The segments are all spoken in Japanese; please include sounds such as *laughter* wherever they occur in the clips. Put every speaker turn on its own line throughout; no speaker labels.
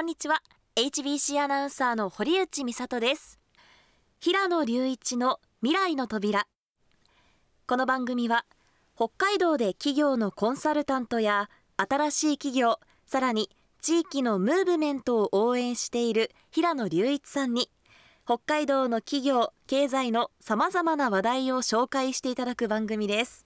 んにちは HBC アナウンサーの堀内美里です平野隆一の未来の扉この番組は北海道で企業のコンサルタントや新しい企業さらに地域のムーブメントを応援している平野隆一さんに北海道の企業経済のさまざまな話題を紹介していただく番組です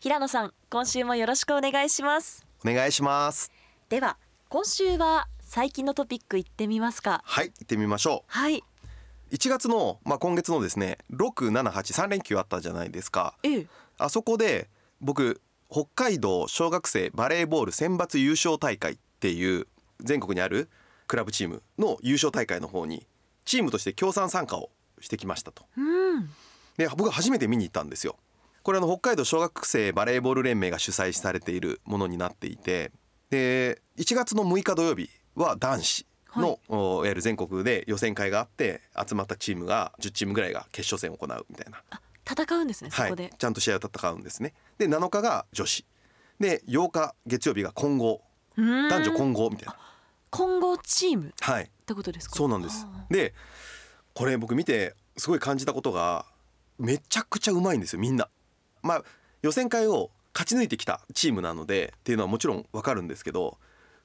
平野さん今週もよろしくお願いします
お願いします
では今週は最近のトピック行ってみますか
はい行ってみましょ
はいう
1月のまあ今月のですね6783連休あったじゃないですか
ええ
あそこで僕北海道小学生バレーボール選抜優勝大会っていう全国にあるクラブチームの優勝大会の方にチームとして協賛参加をしてきましたと
うん
で僕初めて見に行ったんですよこれあの北海道小学生バレーボール連盟が主催されているものになっていてで1月の6日土曜日は男子の、おいわゆる全国で予選会があって集まったチームが10チームぐらいが決勝戦を行うみたいな、
あ戦うんですねそ
は
こで、
い、ちゃんと試合を戦うんですねで7日が女子で8日月曜日が混合
うーん
男女混合みたいな
混合チームっ
はい
てことですか
そうなんです
あ
でこれ僕見てすごい感じたことがめちゃくちゃうまいんですよみんな。まあ予選会を勝ち抜いてきたチームなのでっていうのはもちろんわかるんですけど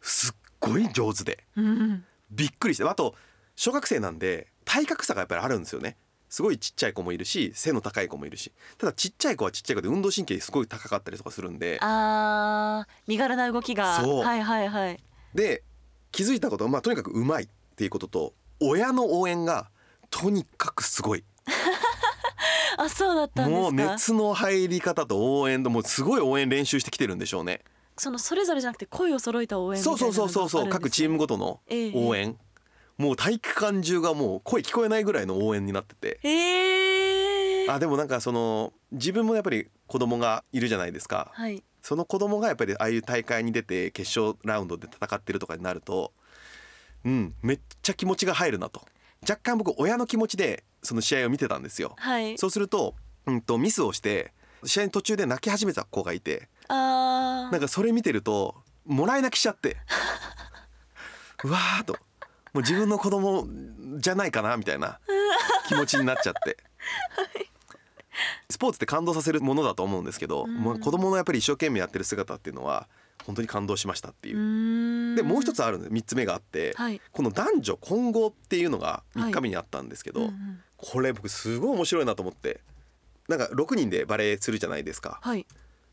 すっごい上手で
ーうん
びっくりしてあと小学生なんで体格差がやっぱりあるんですよね。すごいちっちゃい子もいるし背の高い子もいるしただちっちゃい子はちっちゃい子で運動神経すごい高かったりとかするんで
あー身軽な動きが
そう
はいはいはい
で気づいたことは、まあ、とにかくうまいっていうことと親の応援がとにかくすごい
あそうだったんですか
もう熱の入り方と応援ともうすごい応援練習してきてるんでしょうね。
そのそれぞれじゃなくて声を揃えた応援みたい
そう
なのが
そうそうそうそう、
あるん
各
です
チ
ね
ームごとの
ええ
応援、もう体育館中がもう声聞こえないぐらいの応援になってて。
えー、
あでもなんかその自分もやっぱり子供がいるじゃないですか
はい
その子供がやっぱりああいう大会に出て決勝ラウンドで戦ってるとかになるとうんめっちゃ気持ちが入るなと若干僕親の気持ちでその試合を見てたんですよ
はい
そうすると,、うん、とミスをして試合の途中で泣き始めた子がいて
あー
なんかそれ見てるともらい泣きしちゃって
*laughs*
うわーっともう自分の子供じゃないかなみたいな気持ちになっちゃって。スポーツって感動させるものだと思うんですけど、
うん
まあ子供のやっぱり一生懸命やってる姿っていうのは本当に感動しましたっていうう。
ーん
でもう一つあるんです3つ目があって、
はい
この男女混合っていうのが3日目にあったんですけど、
うんうん
これ僕すごい面白いなと思ってなんか6人でバレーするじゃないですか
はい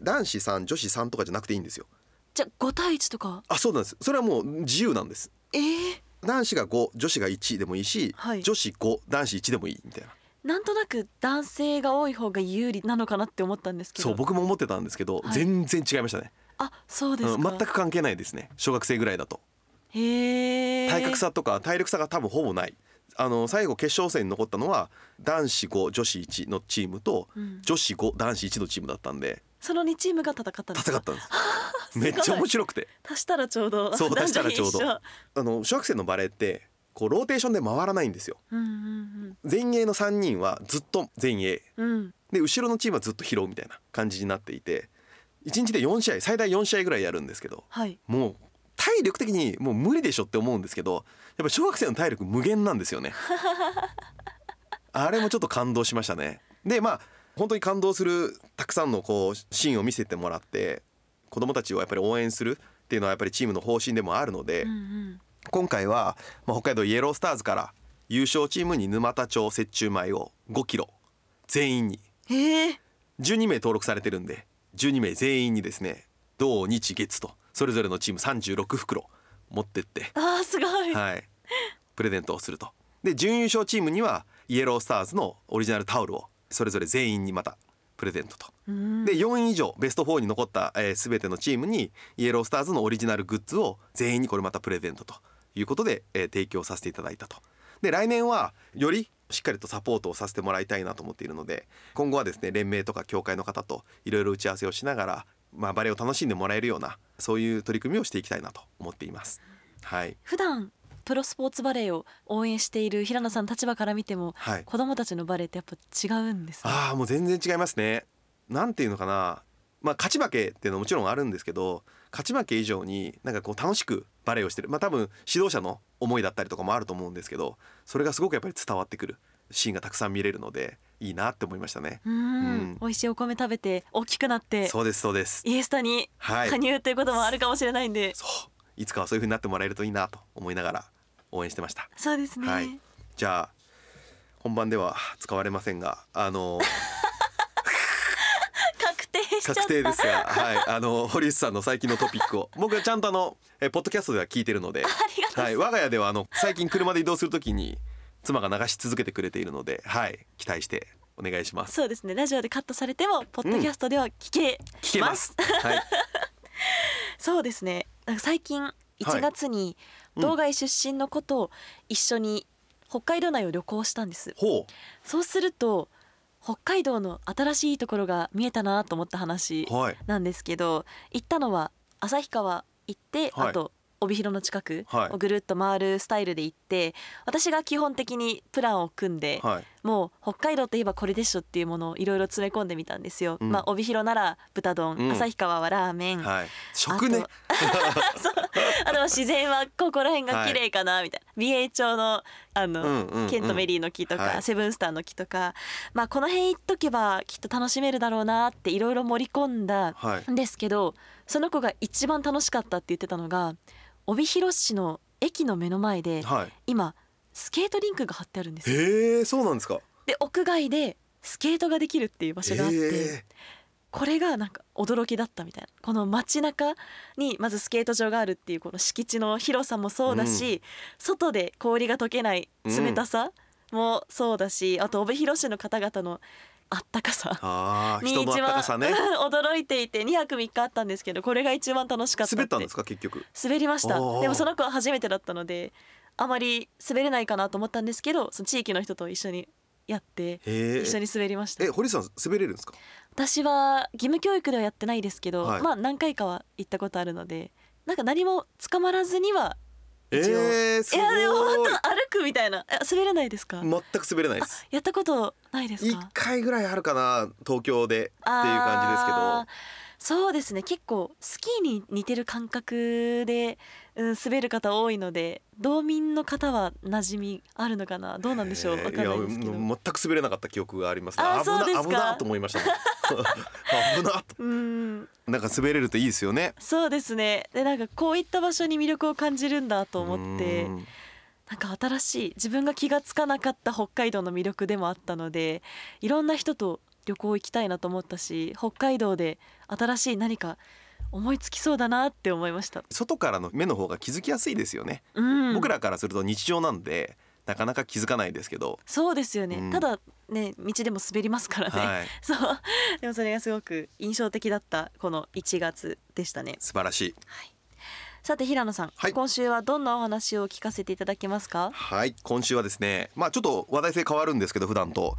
男子3女子3とかじゃなくていいんですよ。
じゃあ5対1とか
あそうなんですそれはもう自由なんです
えー、
男子が5女子が1でもいいし、
はい
女子5男子1でもいいみたいな
なんとなく男性が多い方が有利なのかなって思ったんですけど
そう僕も思ってたんですけど、
はい
全然違いましたね、
あそうです
う
か、
ん、全く関係ないですね小学生ぐらいだと
へー
体格差とか体力差が多分ほぼないあの最後決勝戦に残ったのは男子5女子1のチームと、
うん
女子5男子1のチームだったんで
その2チームが戦ったんです
戦
か
ったん
*laughs*
ですめっちゃ面白くて
足したらちょうど
そう
男
足した
女
らちょうど
一緒
あの小学生のバレーってこうローテーションで回らないんですよ
うんうん
前衛の3人はずっと前衛
うんうん
で後ろのチームはずっと拾うみたいな感じになっていて1日で4試合最大4試合ぐらいやるんですけど
はい
もう体力的にもう無理でしょって思うんですけどやっぱ小学生の体力無限なんです
*laughs*
よねあれもちょっと感動しましたねでまあ本当に感動するたくさんのこうシーンを見せてもらって子どもたちをやっぱり応援するっていうのはやっぱりチームの方針でもあるので、
うんうん
今回は、まあ、北海道イエロースターズから優勝チームに沼田町雪中米を5キロ全員に
へえ
12名登録されてるんで12名全員にですね同日月とそれぞれのチーム36袋持ってって、
あーすごい、
はい、プレゼントをするとで準優勝チームにはイエロースターズのオリジナルタオルをそれぞれ全員にまたプレゼントと
うん
で4位以上ベスト4に残った、えー、全てのチームにイエロースターズのオリジナルグッズを全員にこれまたプレゼントということで、えー提供させていただいたと。で来年はよりしっかりとサポートをさせてもらいたいなと思っているので今後はですね連盟とか協会の方といろいろ打ち合わせをしながら、まあ、バレエを楽しんでもらえるようなそういう取り組みをしていきたいなと思っています。はい、
普段プロスポーツバレーを応援している平野さんの立場から見ても、
はい
子供たちのバレーってやっぱ違うんですね。
ああもう全然違いますね。なんていうのかな、まあ、勝ち負けっていうのはもちろんあるんですけど勝ち負け以上になんかこう楽しくバレーをしてるまあ多分指導者の思いだったりとかもあると思うんですけどそれがすごくやっぱり伝わってくるシーンがたくさん見れるのでいいなって思いましたね。
うん、
うん
美味しいお米食べて大きくなって
そうですそうです
イエスタに
はい
加入ということもあるかもしれないんで、
そういつかはそういう風になってもらえるといいなと思いながら応援してました。
そうですね、
はい、じゃあ本番では使われませんがあの
確定しちゃった
確定ですが、はい、あの堀内さんの最近のトピッ
*laughs*
クを僕はちゃんとあのえポッドキャストでは聞いてるので、
りがとうございます
はい、我が家ではあの最近車で移動するときに妻が流し続けてくれているので、はい、期待してお願いします。
そうですねラジオでカットされてもポッドキャストでは聞け
聞けます。
*laughs*
はい、
そうですねなんか最近1月に
うん
道外出身の子と一緒に北海道内を旅行したんです、
ほ
そうすると北海道の新しいところが見えたなと思った話
う、はい、
なんですけど行ったのは旭川行って、
はい
あと帯広の近く
はい
をぐるっと回るスタイルで行って、私が基本的にプランを組んで、
はい、
もう北海道といえばこれでしょっていうものをいろいろ詰め込んでみたんですよ、
うん
まあ帯広なら豚丼、
うん
旭川はラーメン、
はい、食ね
あ、あと *laughs* 自然はここら辺が綺麗かなみたいな、美瑛町のあの、
うんうんうん
ケントメリーの木とか、
はい
セブンスターの木とか、まあ、この辺行っとけばきっと楽しめるだろうなっていろいろ盛り込んだ
はい、
んですけどその子が一番楽しかったって言ってたのが帯広市の駅の目の前で
はい、
今スケートリンクが張ってあるんですよ。
へえ、そうなんですか。
で屋外でスケートができるっていう場所があって。
え
これがなんか驚きだったみたいなこの街中にまずスケート場があるっていうこの敷地の広さもそうだし、外で氷が溶けない冷たさもそうだし、あと帯広市の方々のあったかさ
ー、ああ、
に
人の
一
温
番
かさね。
*laughs* 驚いていて2泊3日あったんですけどこれが一番楽しかったって
滑ったんですか結局。
滑りました
おー
でもその子は初めてだったのであまり滑れないかなと思ったんですけどその地域の人と一緒にやって
へ
一緒
え。
に滑りました
え、堀さん滑れるんですか。
私は義務教育ではやってないですけど、
はい
まあ何回かは行ったことあるのでなんか何も捕まらずには
え
一応
えー、す
いやでも本
ごい。
当歩くみたいなえ滑れないですか、
全く滑れないです。
やったことないです
一
か
回ぐらいあるかな東京でっていう
あー
感じですけど。
そうですね結構スキーに似てる感覚で、うん、滑る方多いので道民の方は馴染みあるのかなどうなんでしょう
えー
わかんないですけど
やもう全く滑れなかった記憶がありますね。
あー
危
そうです
な
か
危なと思いま
*laughs*
したもん。危なと。
うん
なんか滑れるといいですよね。
そうですねでなんかこういった場所に魅力を感じるんだと思って
うん
なんか新しい自分が気がつかなかった北海道の魅力でもあったのでいろんな人と旅行行きたいなと思ったし北海道で新しい何か思いつきそうだなって思いました、
外からの目の方が気づきやすいですよね。
うん、
僕らからすると日常なんでなかなか気づかないですけど。
そうですよね、
うん
ただね道でも滑りますからね、
はい。
*laughs* そうでもそれがすごく印象的だったこの1月でしたね
素晴らしい。
さて平野さん、
はい
今週はどんなお話を聞かせていただけますか
はい今週はですねまあちょっと話題性変わるんですけど普段と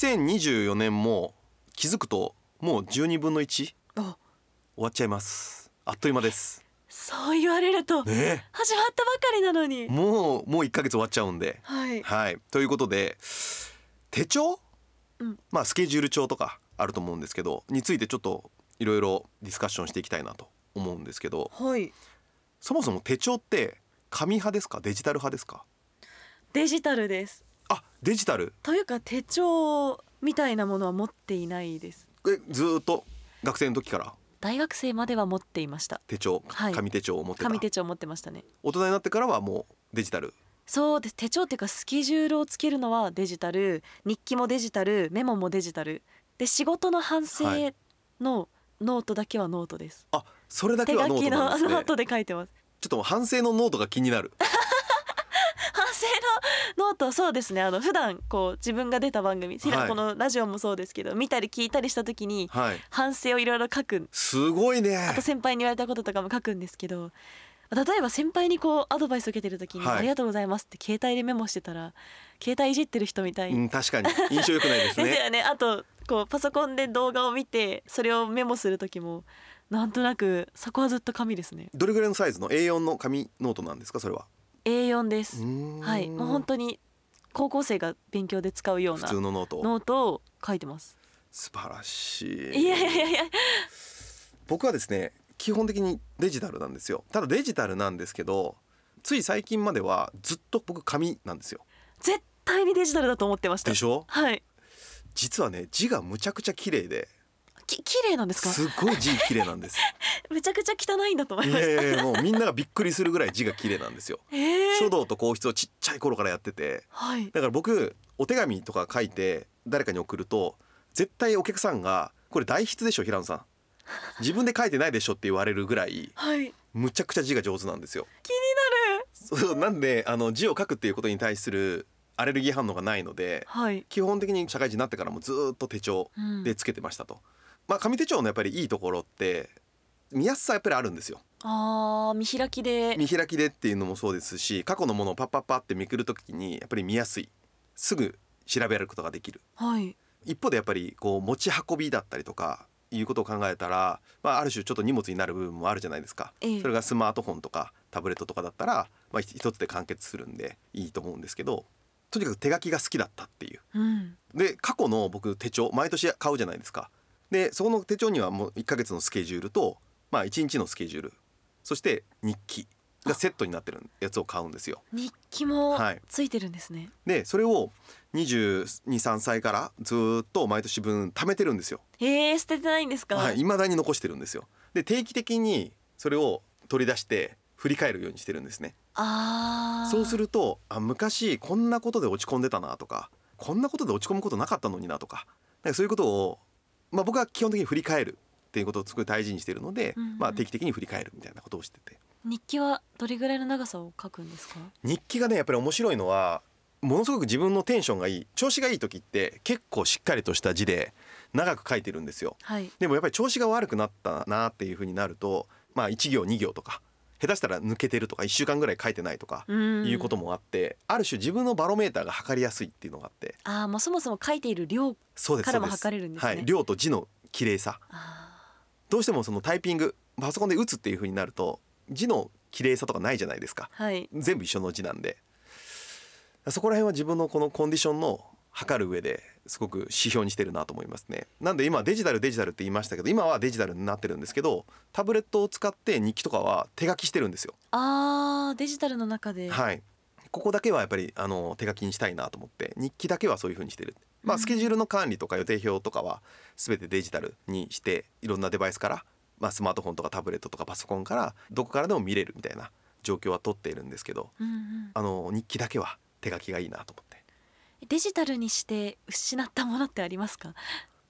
2024年も気づくともう12分の1終
お
わっちゃいますあっという間です
そう言われると始まったば
ね
かりなのに、
えもうもう1ヶ月終わっちゃうんで
はい、
はいということで手帳、
うん
まあスケジュール帳とかあると思うんですけどについてちょっといろいろディスカッションしていきたいなと思うんですけど
はい、
そもそも手帳って紙派ですかデジタル派ですか
デジタルです
あデジタル
というか手帳みたいなものは持っていないです
えずーっと学生の時から
大学生までは持っていました
手帳、
はい
紙手帳を持ってた
紙手帳持ってましたね
大人になってからはもうデジタル
そうです手帳っていうかスケジュールをつけるのはデジタル日記もデジタルメモもデジタルで仕事の反省
は
のノートだけはノートです、
あそれだけ
手
は
書
ノー
き
ト
の
なんですね
ノートで書いてます
ちょっともう反省のノートが気になる
反省のノートそうですねあの普段こう自分が出た番組、ひらこのラジオもそうですけど見たり聞いたりした時に
はい
反省をいろいろ書く
すごいね
あと先輩に言われたこととかも書くんですけど例えば先輩にこうアドバイスを受けてる時に「
はい
ありがとうございます」って携帯でメモしてたら携帯いじってる人みたい、
うん
*laughs*
確かに印象良くないです
です
ね
よねあとこうパソコンで動画を見てそれをメモする時もなんとなくそこはずっと紙ですね
どれぐらいのサイズの A4 の紙ノートなんですかそれは
A4 で
う
す、
ーん
はいもう本当に高校生が勉強で使うよう
普
な
通のノート
ノートを書いてます
素晴らしい
いやいやいやいや
僕はですね基本的にデジタルなんですよただデジタルなんですけどつい最近まではずっと僕紙なんですよ
絶対にデジタルだと思ってました
でしょ
はい
実はね字がむちゃくちゃ綺麗で
き綺麗なんですか
すごい字綺麗
*laughs*
なんです
めちゃくちゃ汚いんだと思い
い
ました
やいやいやもうみんながびっくりするぐらい字が綺麗なんですよ
えー
書道と皇室をちっちゃい頃からやってて
はい
だから僕お手紙とか書いて誰かに送ると絶対お客さんが「これ代筆でしょ平野さん自分で書いてないでしょ」って言われるぐらい
はい
むちゃくちゃ字が上手なんですよ。
気になる
そうなんであの字を書くっていうことに対するアレルギー反応がないので
はい、
基本的に社会人になってからもずーっと手帳
うん
でつけてましたと。まあ、紙手帳のやっぱりいいところって見やすさやっぱりあるんですよ
あー見開きで
見開きでっていうのもそうですし過去のものをパッパッパってめくるときにやっぱり見やすいすぐ調べることができる
はい
一方でやっぱりこう持ち運びだったりとかいうことを考えたら、まあ、ある種ちょっと荷物になる部分もあるじゃないですか、
ええ
それがスマートフォンとかタブレットとかだったら、まあ、ひ一つで完結するんでいいと思うんですけどとにかく手書きが好きだったっていう
うん
で過去の僕手帳毎年買うじゃないですかでそこの手帳にはもう1ヶ月のスケジュールと、まあ、1日のスケジュールそして日記がセットになってるやつを買うんですよ
日記も
はい
ついてるんですね、
でそれを223歳からずーっと毎年分貯めてるんですよ
えー、捨ててないんですか、
はい、未だに残してるんですよで定期的にそれを取り出して振り返るようにしてるんですね
あー
そうするとあ昔こんなことで落ち込んでたなとかこんなことで落ち込むことなかったのになとかなんかそういうことを、まあ、僕は基本的に振り返るっていうことをすごい大事にしてるので、
うんうん
まあ、定期的に振り返るみたいなことをしてて
日記はどれぐらいの長さを書くんですか
日記がねやっぱり面白いのはものすごく自分のテンションがいい調子がいい時って結構しっかりとした字で長く書いてるんですよ。
はい
でもやっぱり調子が悪くなったなっていうふうになるとまあ1行2行とか下手したら抜けてるとか1週間ぐらい書いてないとか
うん
いうこともあって、ある種自分のバロメーターが測りやすいっていうのがあって
あーもうそもそも書いている量
そうです
からも
そうです
測れるんですね
はい、量と字の綺麗さ
あ
どうしてもそのタイピングパソコンで打つっていうふうになると字の綺麗さとかないじゃないですか
ーはい
全部一緒の字なんでそこら辺は自分のこのコンディションの測る上ですごく指標にしてるなと思いますねなんで今デジタルデジタルって言いましたけど今はデジタルになってるんですけどタブレットを使って日記とかは手書きしてるんですよ、
あーデジタルの中で、
はいここだけはやっぱりあの手書きにしたいなと思って日記だけはそういう風にしてるま
う
あ
ん
スケジュールの管理とか予定表とかは全てデジタルにしていろんなデバイスからまあスマートフォンとかタブレットとかパソコンからどこからでも見れるみたいな状況は取っているんですけど
うんうん、
あの日記だけは手書きがいいなと思って
デジタルにして失ったものってありますか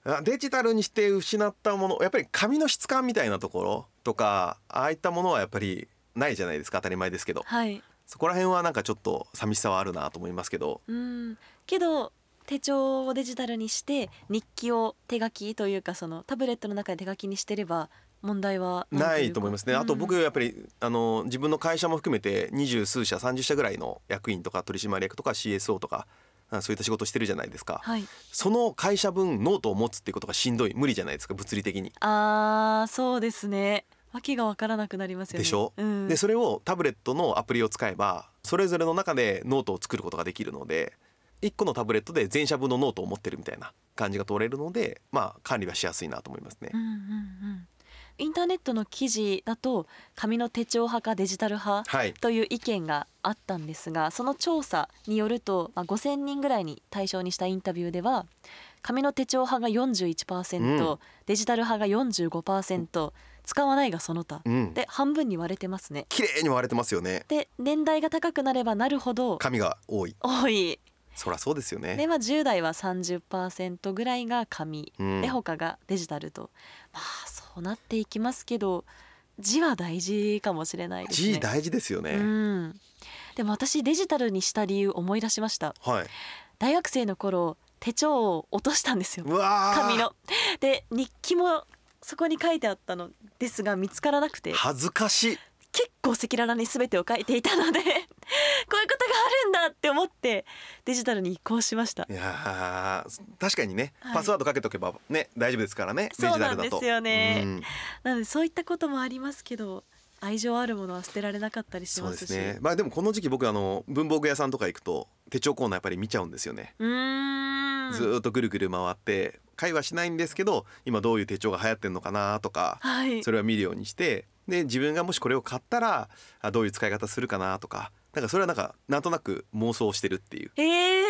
あデジタルにして失ったものやっぱり紙の質感みたいなところとかああいったものはやっぱりないじゃないですか当たり前ですけど
はい
そこら辺はなんかちょっと寂しさはあるなと思いますけど
うんけど手帳をデジタルにして日記を手書きというかそのタブレットの中で手書きにしてれば問題は
ないと思いますねあと僕
は
やっぱりあの自分の会社も含めて二十数社30社ぐらいの役員とか取締役とか CSO とかあそういった仕事してるじゃないですか
はい
その会社分ノートを持つってことがしんどい無理じゃないですか物理的に。
あーそうですねわけがわからなくなりますよね
でしょ、
うん、
でそれをタブレットのアプリを使えばそれぞれの中でノートを作ることができるので1個のタブレットで全社分のノートを持ってるみたいな感じが取れるのでまあ管理はしやすいなと思いますね
う。んうんうんインターネットの記事だと紙の手帳派かデジタル派
はい
という意見があったんですがその調査によると、まあ、5,000人ぐらいに対象にしたインタビューでは紙の手帳派が41%、
う
デジタル派が45%使わないがその他
うん、
で半分に割れてますね。
綺麗に割れてますよね
で年代が高くなればなるほど
紙が多い
多い
そりゃそうですよ
で、
ね。
まあ、10代は30%ぐらいが紙
うん
で他がデジタルとまあそうなっていきますけど字は大事かもしれないですね。
G 大事ですよね、
うん、でも私デジタルにした理由思い出しました
はい
大学生の頃手帳を落としたんですよ
うわー
紙ので日記もそこに書いてあったのですが見つからなくて
恥ずかしい
結構赤裸々に全てを書いていたので *laughs* こういうことがあるんだって思ってデジタルに移行しました
いやー確かにね、
はい
パスワードかけとけばね大丈夫ですからねデジ
そう
タ
な
ルだと
んですよね
うん
なのでそういったこともありますけど愛情あるものは捨てられなかったりし
そう
ま
です
し
すね。まあでもこの時期僕あの文房具屋さんとか行くと手帳コーナーやっぱり見ちゃうんですよね。
うーん
ずーっとぐるぐる回って会話しないんですけど今どういう手帳が流行ってんのかなとか、
はい
それは見るようにしてで自分がもしこれを買ったらあどういう使い方するかなとかなんかそれはなんかなんとなく妄想してるっていう
えー、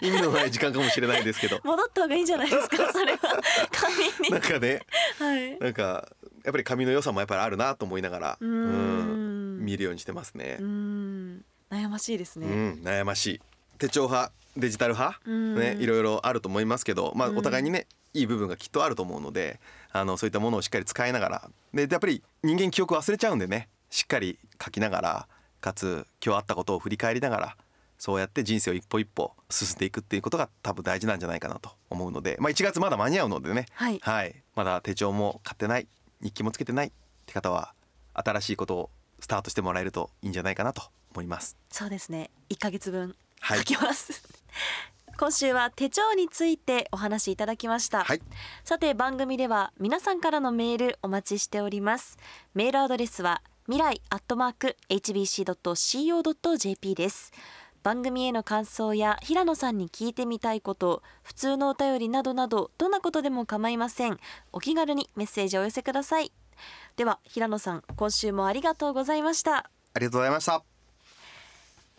意味のない時間かもしれない
*laughs*
ですけど
戻った方がいいんじゃないですかそれは
*laughs*
紙に
なんかね
はい
なんかやっぱり髪の良さもやっぱりあるなと思いながら
うーん
うん見るようにしてますね
うー。ん悩ましいです
う
ね、
ん、悩ましい手帳派デジタル派、
うん
ね、いろいろあると思いますけど、まあ
う、ん
お互いにねいい部分がきっとあると思うのであのそういったものをしっかり使いながらでやっぱり人間記憶忘れちゃうんでねしっかり書きながらかつ今日あったことを振り返りながらそうやって人生を一歩一歩進んでいくっていうことが多分大事なんじゃないかなと思うので、まあ、1月まだ間に合うのでね、
はい
まだ手帳も買ってない日記もつけてないって方は新しいことをスタートしてもらえるといいんじゃないかなと思います。
そうですね一ヶ月分
はい
書きます、 *laughs* 今週は手帳についてお話しいただきました、
はい
さて番組では皆さんからのメールお待ちしておりますメールアドレスは未来アットマーク hbc.co.jp です番組への感想や平野さんに聞いてみたいこと普通のお便りなどなどどんなことでも構いませんお気軽にメッセージをお寄せくださいでは平野さん今週もありがとうございました
ありがとうございました。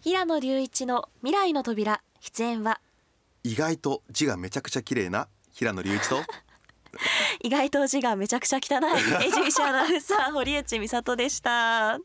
平野隆一の未来の扉出演は
意外と字がめちゃくちゃ綺麗な平野隆一と
意外と字がめちゃくちゃ汚いエジビシアナウンサー堀内美里でした